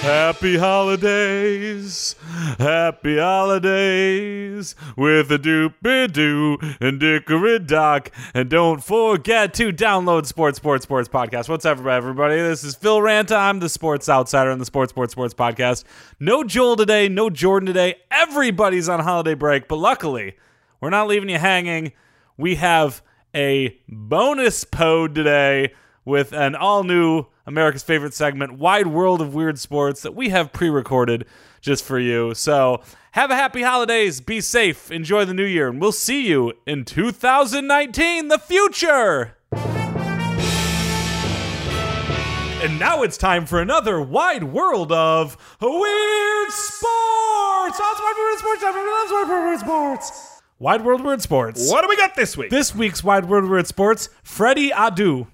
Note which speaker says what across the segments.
Speaker 1: Happy holidays, happy holidays, with a doopy doo and dickery doc. And don't forget to download Sports Sports Sports Podcast. What's up, everybody? This is Phil Rantom, the sports outsider on the Sports Sports Sports Podcast. No Joel today, no Jordan today. Everybody's on holiday break, but luckily, we're not leaving you hanging. We have a bonus pod today with an all new America's favorite segment, Wide World of Weird Sports, that we have pre recorded just for you. So have a happy holidays, be safe, enjoy the new year, and we'll see you in 2019, the future! And now it's time for another wide world of weird sports. Wide world of sports. Wide world of sports. Wide world of weird sports.
Speaker 2: What do we got this week?
Speaker 1: This week's wide world of weird sports: Freddie Adu.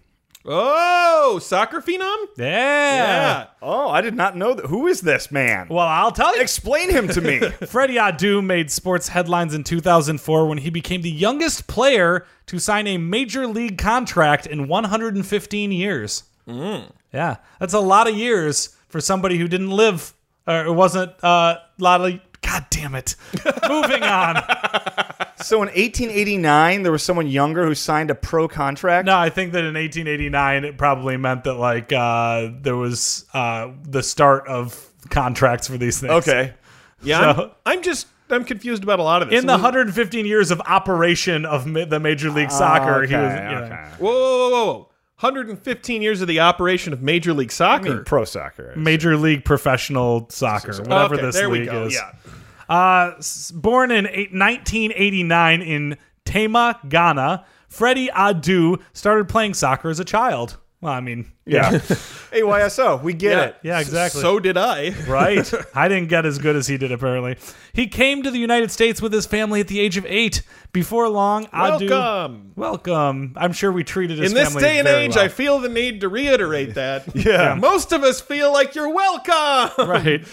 Speaker 2: oh, soccer phenom?
Speaker 1: Yeah.
Speaker 3: Oh, I did not know that. Who is this man?
Speaker 1: Well, I'll tell you.
Speaker 3: Explain him to me.
Speaker 1: Freddie Adu made sports headlines in 2004 when he became the youngest player to sign a major league contract in 115 years. Yeah, that's a lot of years for somebody who didn't live or wasn't uh, a lot of. God damn it! Moving on.
Speaker 3: so in 1889, there was someone younger who signed a pro contract.
Speaker 1: No, I think that in 1889 it probably meant that like uh, there was uh, the start of contracts for these things.
Speaker 3: Okay.
Speaker 2: Yeah.
Speaker 1: So-
Speaker 2: I'm, I'm just I'm confused about a lot of this.
Speaker 1: In the 115 years of operation of ma- the Major League
Speaker 2: Oh,
Speaker 1: Soccer, he was. you know.
Speaker 2: whoa, whoa, whoa, whoa, whoa. 115 years of the operation of Major League Soccer.
Speaker 3: I mean, pro soccer.
Speaker 1: Major League Professional Soccer, whatever
Speaker 2: Okay,
Speaker 1: this
Speaker 2: there we
Speaker 1: league
Speaker 2: go.
Speaker 1: is.
Speaker 2: Yeah.
Speaker 1: Uh, s- born in eight, 1989 in Tema, Ghana, Freddie Adu started playing soccer as a child. Well, I mean,
Speaker 3: Yeah. AYSO. We get it.
Speaker 1: yeah, exactly.
Speaker 2: So did I.
Speaker 1: Right. I didn't get as good as he did, apparently. He came to the United States with his family at the age of eight. Before long, Adu.
Speaker 2: Welcome.
Speaker 1: Welcome. I'm sure we treated his
Speaker 2: In this
Speaker 1: family
Speaker 2: day and
Speaker 1: very
Speaker 2: age,
Speaker 1: well.
Speaker 2: I feel the need to reiterate that. yeah. Most of us feel like you're welcome.
Speaker 1: right.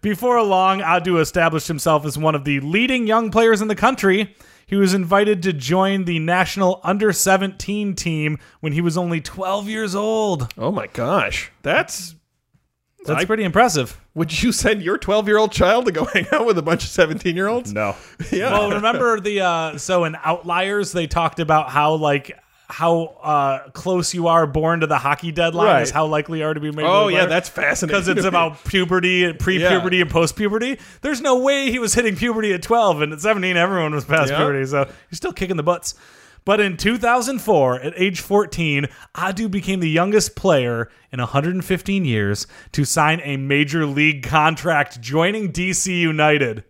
Speaker 1: Before long, Adu established himself as one of the leading young players in the country. He was invited to join the national under 17 team when he was only 12 years old.
Speaker 2: Oh my gosh. That's
Speaker 1: That's pretty impressive.
Speaker 2: would you send your 12 year old child to go hang out with a bunch of 17 year olds?
Speaker 3: No.
Speaker 2: Yeah.
Speaker 1: Well, remember the uh, so in Outliers they talked about how like how uh, close you are born to the hockey deadline is
Speaker 3: Right.
Speaker 1: how likely you are to be made.
Speaker 2: oh, yeah. That's fascinating.
Speaker 1: because it's about puberty, pre-puberty,
Speaker 2: Yeah.
Speaker 1: and post-puberty. There's no way he was hitting puberty at 12, and at 17, everyone was past
Speaker 2: Yeah.
Speaker 1: puberty, so he's still kicking the butts. But in 2004, at age 14, Adu became the youngest player in 115 years to sign a major league contract, joining DC United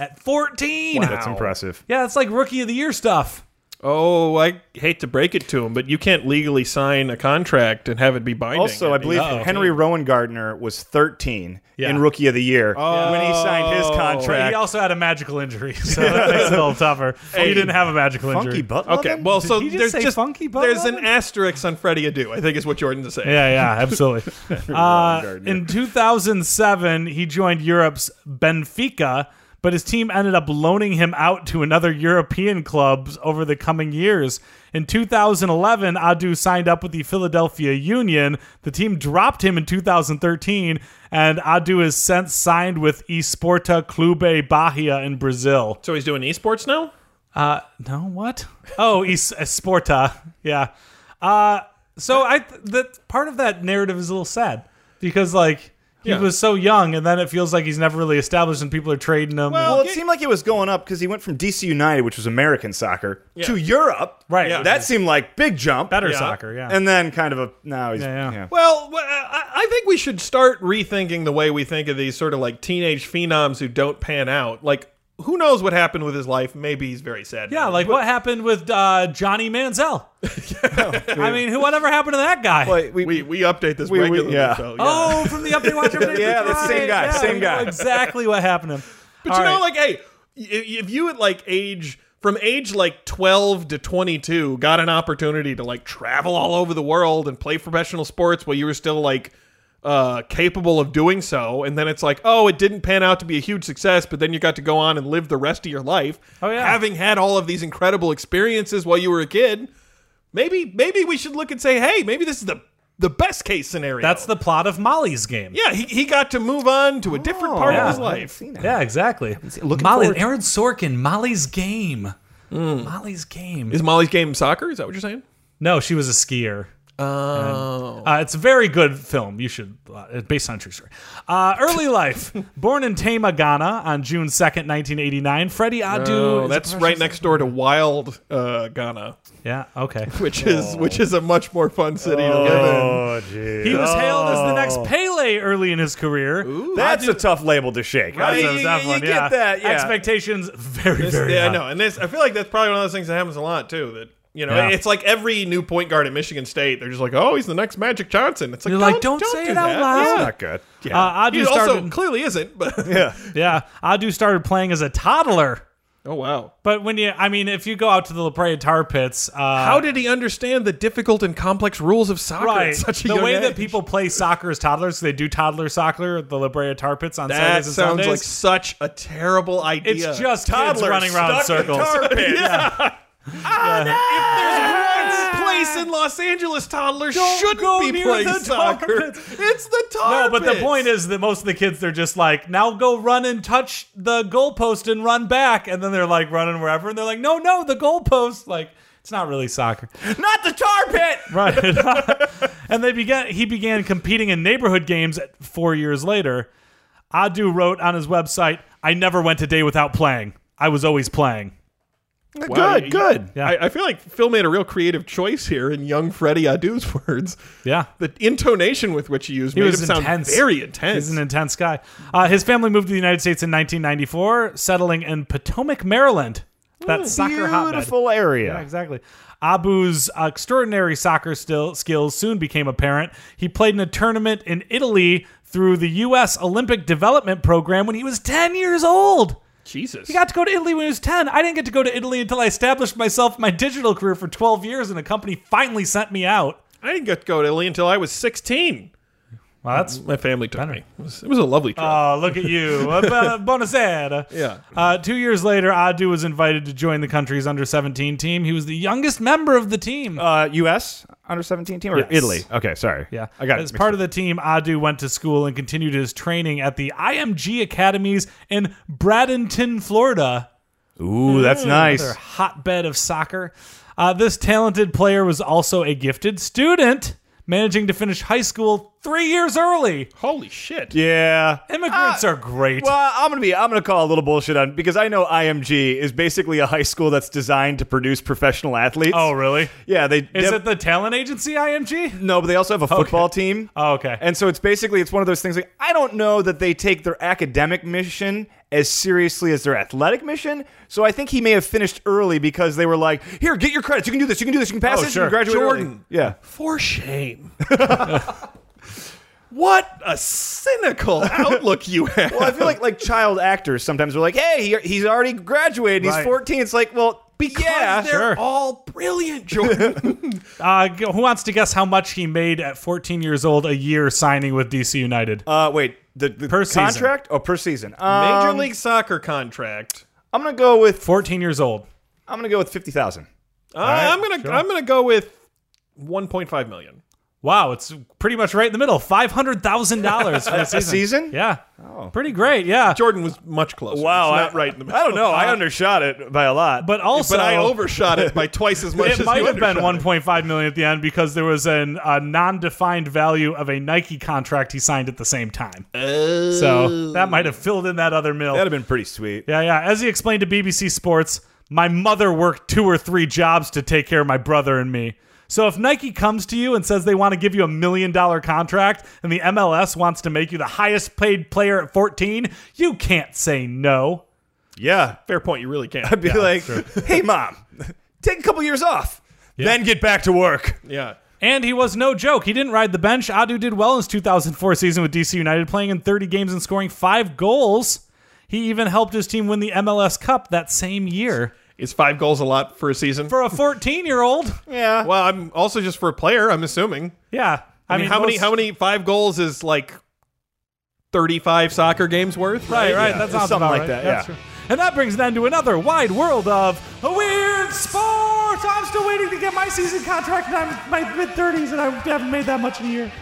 Speaker 1: at 14.
Speaker 3: That's impressive.
Speaker 1: Yeah, it's like rookie of the year stuff.
Speaker 2: Oh, I hate to break it to him, but you can't legally sign a contract and have it be binding.
Speaker 3: Also, I believe
Speaker 1: Uh-oh.
Speaker 3: Henry Rowan Gardner was 13
Speaker 1: Yeah.
Speaker 3: in Rookie of the Year when he signed
Speaker 2: Oh.
Speaker 3: his
Speaker 1: But he
Speaker 3: contract.
Speaker 1: also had a magical injury, so that makes it a little tougher. he didn't have a magical injury.
Speaker 3: Funky butt.
Speaker 2: Okay,
Speaker 3: loving?
Speaker 2: well, so
Speaker 1: he just
Speaker 2: there's
Speaker 1: say
Speaker 2: just
Speaker 1: funky butt
Speaker 2: there's an
Speaker 1: loving?
Speaker 2: asterisk on Freddie Adu. I think is what Jordan's saying.
Speaker 1: Yeah, yeah, absolutely. uh, in 2007, he joined Europe's Benfica, but his team ended up loaning him out to another European clubs over the coming years. In 2011, Adu signed up with the Philadelphia Union. The team dropped him in 2013, and Adu has since signed with Esporta Clube Bahia in Brazil.
Speaker 2: So he's doing esports now.
Speaker 1: Uh, no, what? Oh, es- Esporta. Yeah. Uh, so I th- that part of that narrative is a little sad because like he
Speaker 2: Yeah.
Speaker 1: was so young, and then it feels like he's never really established, and people are trading him.
Speaker 3: Well, it
Speaker 2: Okay.
Speaker 3: seemed like it was going up because he went from DC United, which was American soccer, to Europe.
Speaker 1: Right. Yeah.
Speaker 3: That seemed like big jump.
Speaker 1: better soccer, yeah.
Speaker 3: And then kind of a now he's
Speaker 1: Yeah, yeah.
Speaker 2: Well, wh- I I think we should start rethinking the way we think of these sort of like teenage phenoms who don't pan out. Like, who knows what happened with his life? Maybe he's very sad.
Speaker 1: yeah,
Speaker 2: now.
Speaker 1: like what happened with uh, Johnny Manziel?
Speaker 3: Oh,
Speaker 1: I mean, who whatever happened to that guy?
Speaker 3: Wait, we,
Speaker 2: we we update this
Speaker 3: We- we-
Speaker 2: regularly.
Speaker 3: yeah.
Speaker 2: so,
Speaker 1: Oh, from the update watch. Everything
Speaker 3: Yeah,
Speaker 1: Friday.
Speaker 3: the same guy,
Speaker 1: Yeah,
Speaker 3: same
Speaker 1: we know
Speaker 3: guy.
Speaker 1: Exactly what happened to him.
Speaker 2: But
Speaker 1: All
Speaker 2: you know,
Speaker 1: right.
Speaker 2: like, hey, i- if you at like age from age like 12 to 22 got an opportunity to like travel all over the world and play professional sports while you were still like uh, capable of doing so, and then it's like, oh, it didn't pan out to be a huge success, but then you got to go on and live the rest of your life,
Speaker 4: Oh, yeah.
Speaker 2: having had all of these incredible experiences while you were a kid. Maybe, maybe we should look and say, hey, maybe this is the the best case scenario.
Speaker 1: That's the plot of Molly's game.
Speaker 2: yeah. He, he got to move on to a different part
Speaker 1: yeah.
Speaker 2: of his
Speaker 3: I haven't
Speaker 2: life.
Speaker 3: seen that.
Speaker 1: Yeah, exactly.
Speaker 3: looking
Speaker 1: Molly,
Speaker 3: forward to-
Speaker 1: Aaron Sorkin, Molly's game. Molly's game.
Speaker 2: Is Molly's game soccer? Is that what you're saying?
Speaker 1: no, she was a skier.
Speaker 2: Oh,
Speaker 1: Uh, it's a very good film. You should, uh, it's based on a true story. Uh, early life. Born in Tama, Ghana on June 2nd, 1989. Freddie Adu. is a
Speaker 2: that's
Speaker 1: professional-
Speaker 2: right next door to Wild uh, Ghana,
Speaker 1: Yeah, okay.
Speaker 2: which is which is a much more fun city to live in.
Speaker 4: Oh, jeez.
Speaker 1: He was hailed as the next
Speaker 2: Oh.
Speaker 1: Pele early in his career.
Speaker 4: That's a tough label to shake.
Speaker 1: That's
Speaker 4: That's
Speaker 1: a
Speaker 4: a
Speaker 1: tough
Speaker 4: tough
Speaker 1: one,
Speaker 4: one,
Speaker 1: yeah.
Speaker 4: yeah.
Speaker 1: Expectations very,
Speaker 2: This-
Speaker 1: very
Speaker 2: yeah, I
Speaker 1: high.
Speaker 2: know. And this, I feel like that's probably one of those things that happens a lot too. That you know,
Speaker 1: Yeah.
Speaker 2: it's like every new point guard at Michigan State, they're just like, "Oh, he's the next Magic Johnson." It's like,
Speaker 1: You're
Speaker 2: don't,
Speaker 1: like, "Don't say
Speaker 2: do
Speaker 1: it out
Speaker 2: that."
Speaker 1: loud.
Speaker 2: Yeah.
Speaker 4: not good. Yeah.
Speaker 1: Uh, Adu
Speaker 2: He
Speaker 1: started,
Speaker 2: also clearly isn't, but
Speaker 1: yeah, Adu started playing as a toddler.
Speaker 2: oh wow.
Speaker 1: But when you, I mean, if you go out to the La Prairie Tar Pits, uh,
Speaker 2: How did he understand the difficult and complex rules of soccer
Speaker 1: right?
Speaker 2: at such a
Speaker 1: the
Speaker 2: young
Speaker 1: way that
Speaker 2: age?
Speaker 1: people play soccer as toddlers, they do toddler soccer at the La Brea Tar Pits on
Speaker 2: that
Speaker 1: Saturdays and
Speaker 2: sounds
Speaker 1: Sundays.
Speaker 2: like such a terrible idea.
Speaker 1: it's just kids
Speaker 2: Toddlers
Speaker 1: running around in
Speaker 2: stuck in
Speaker 1: circles.
Speaker 2: tar pits.
Speaker 1: yeah.
Speaker 2: One place in Los Angeles toddlers
Speaker 1: Ah! Don't
Speaker 2: shouldn't
Speaker 1: go
Speaker 2: be
Speaker 1: near
Speaker 2: playing
Speaker 1: the tar
Speaker 2: soccer.
Speaker 1: pits.
Speaker 2: It's the tar
Speaker 1: No, but the
Speaker 2: pits.
Speaker 1: point is that most of the kids they're just like, now go run and touch the goalpost and run back, and then they're like running wherever, and they're like, no, no, the goalpost, like. It's not really soccer,
Speaker 3: Not the tar pit.
Speaker 1: right? and they began. He began competing in neighborhood games at four years later. Adu wrote on his website, "I never went a day without playing. I was always playing."
Speaker 2: Wow, you-
Speaker 1: Yeah.
Speaker 2: I, I feel like Phil made a real creative choice here in young Freddie Adu's words.
Speaker 1: Yeah,
Speaker 2: The intonation with which he used made
Speaker 1: was
Speaker 2: him sound
Speaker 1: intense.
Speaker 2: very
Speaker 1: He's
Speaker 2: intense.
Speaker 1: an intense guy. Uh, his family moved to the United States in 1994, settling in Potomac, Maryland. That soccer hotbed.
Speaker 3: Beautiful
Speaker 1: Yeah,
Speaker 3: area.
Speaker 1: exactly. Abu's extraordinary soccer still skills soon became apparent. He played in a tournament in Italy through the U.S. Olympic Development Program when he was 10 years old.
Speaker 2: Jesus.
Speaker 1: He got to go to Italy when he was 10. I didn't get to go to Italy until I established myself in my digital career for 12 years and a company finally sent me out.
Speaker 2: I didn't get to go to Italy until I was 16.
Speaker 1: Wow, that's
Speaker 2: My family took me. It was, it was a lovely trip.
Speaker 1: Oh, look at you. Uh, bu- Buonasera.
Speaker 2: Yeah.
Speaker 1: Uh, two years later, Adu was invited to join the country's under 17 team. He was the youngest member of the team.
Speaker 3: Uh, U.S. under 17 team or
Speaker 1: Yes.
Speaker 3: Italy? Okay, sorry.
Speaker 1: yeah.
Speaker 3: I got
Speaker 1: As
Speaker 3: it.
Speaker 1: part of the team, Adu went to school and continued his training at the IMG academies in Bradenton, Florida.
Speaker 3: Ooh, that's
Speaker 1: Their
Speaker 3: nice.
Speaker 1: hotbed of soccer. Uh, this talented player was also a gifted student, managing to finish high school three years early.
Speaker 2: Holy shit.
Speaker 3: Yeah.
Speaker 1: Immigrants are great.
Speaker 3: Ah, Well, I'm gonna be I'm gonna call a little bullshit on because I know IMG is basically a high school that's designed to produce professional athletes.
Speaker 1: oh, really?
Speaker 3: yeah, they
Speaker 1: Is
Speaker 3: they-
Speaker 1: it the talent agency IMG?
Speaker 3: no, but they also have a football team.
Speaker 1: Oh, okay.
Speaker 3: And so it's basically it's one of those things like I don't know that they take their academic mission as seriously as their athletic mission. So I think he may have finished early because they were like, "Here, get your credits. You can do this. You can do this. You can pass
Speaker 1: Oh,
Speaker 3: this.
Speaker 1: sure.
Speaker 3: You can graduate early."
Speaker 2: Jordan.
Speaker 3: Yeah.
Speaker 2: For shame. what a cynical outlook you have.
Speaker 3: Well, I feel like like child actors sometimes are like, "Hey, he, he's already graduated. He's
Speaker 1: Right.
Speaker 3: 14." It's like, well,
Speaker 2: because
Speaker 3: yeah,
Speaker 2: they're
Speaker 1: sure.
Speaker 2: all brilliant, Jordan.
Speaker 1: Uh, g- who wants to guess how much he made at 14 years old a year signing with DC United?
Speaker 3: Uh, wait, the, the
Speaker 1: Per season.
Speaker 3: contract or per season?
Speaker 2: Major
Speaker 3: Um,
Speaker 2: League Soccer contract.
Speaker 3: I'm gonna go with
Speaker 1: 14 years old.
Speaker 3: I'm gonna go with fifty thousand.
Speaker 2: Uh, I'm gonna I'm gonna go with 1.5 million.
Speaker 1: Wow, it's pretty much right in the middle. Five hundred thousand dollars for a season.
Speaker 3: season? Oh.
Speaker 1: Yeah, pretty great. Yeah,
Speaker 2: Jordan was much closer. It's not Oh, right in the middle.
Speaker 3: I don't know. I undershot it by a lot.
Speaker 1: but also
Speaker 2: but I overshot it by twice as much.
Speaker 1: it
Speaker 2: as
Speaker 1: might
Speaker 2: you
Speaker 1: have been
Speaker 2: undershot it.
Speaker 1: 1.5 million at the end because there was an, a non-defined value of a Nike contract he signed at the same time. So that might have filled in that other mill.
Speaker 3: that'd have been pretty sweet.
Speaker 1: Yeah, yeah. As he explained to BBC Sports, my mother worked two or three jobs to take care of my brother and me. So if Nike comes to you and says they want to give you a million dollar contract and the MLS wants to make you the highest paid player at 14, you can't say no.
Speaker 3: Yeah,
Speaker 2: Fair point. You really can't.
Speaker 3: I'd be like, "Hey, mom, take a couple years off, then get back to work."
Speaker 2: yeah.
Speaker 1: And he was no joke. He didn't ride the bench. Adu did well in his 2004 season with DC United, playing in 30 games and scoring five goals. He even helped his team win the MLS Cup that same year.
Speaker 2: Is five goals a lot for a season?
Speaker 1: For a 14 year old?
Speaker 3: Yeah.
Speaker 1: uh,
Speaker 2: well, I'm also just for a player. I'm assuming.
Speaker 1: Yeah.
Speaker 2: I, mean, how many
Speaker 1: most-
Speaker 2: how many five goals is like thirty five soccer games worth?
Speaker 1: Right, right.
Speaker 3: Yeah,
Speaker 1: that sounds
Speaker 3: something
Speaker 1: about
Speaker 3: like
Speaker 1: right.
Speaker 3: that,
Speaker 1: That's
Speaker 3: yeah.
Speaker 1: true. And that brings an end to another wide world of weird sports. I'm still waiting to get my season contract, and I'm in my mid 30s, and I haven't made that much in a year.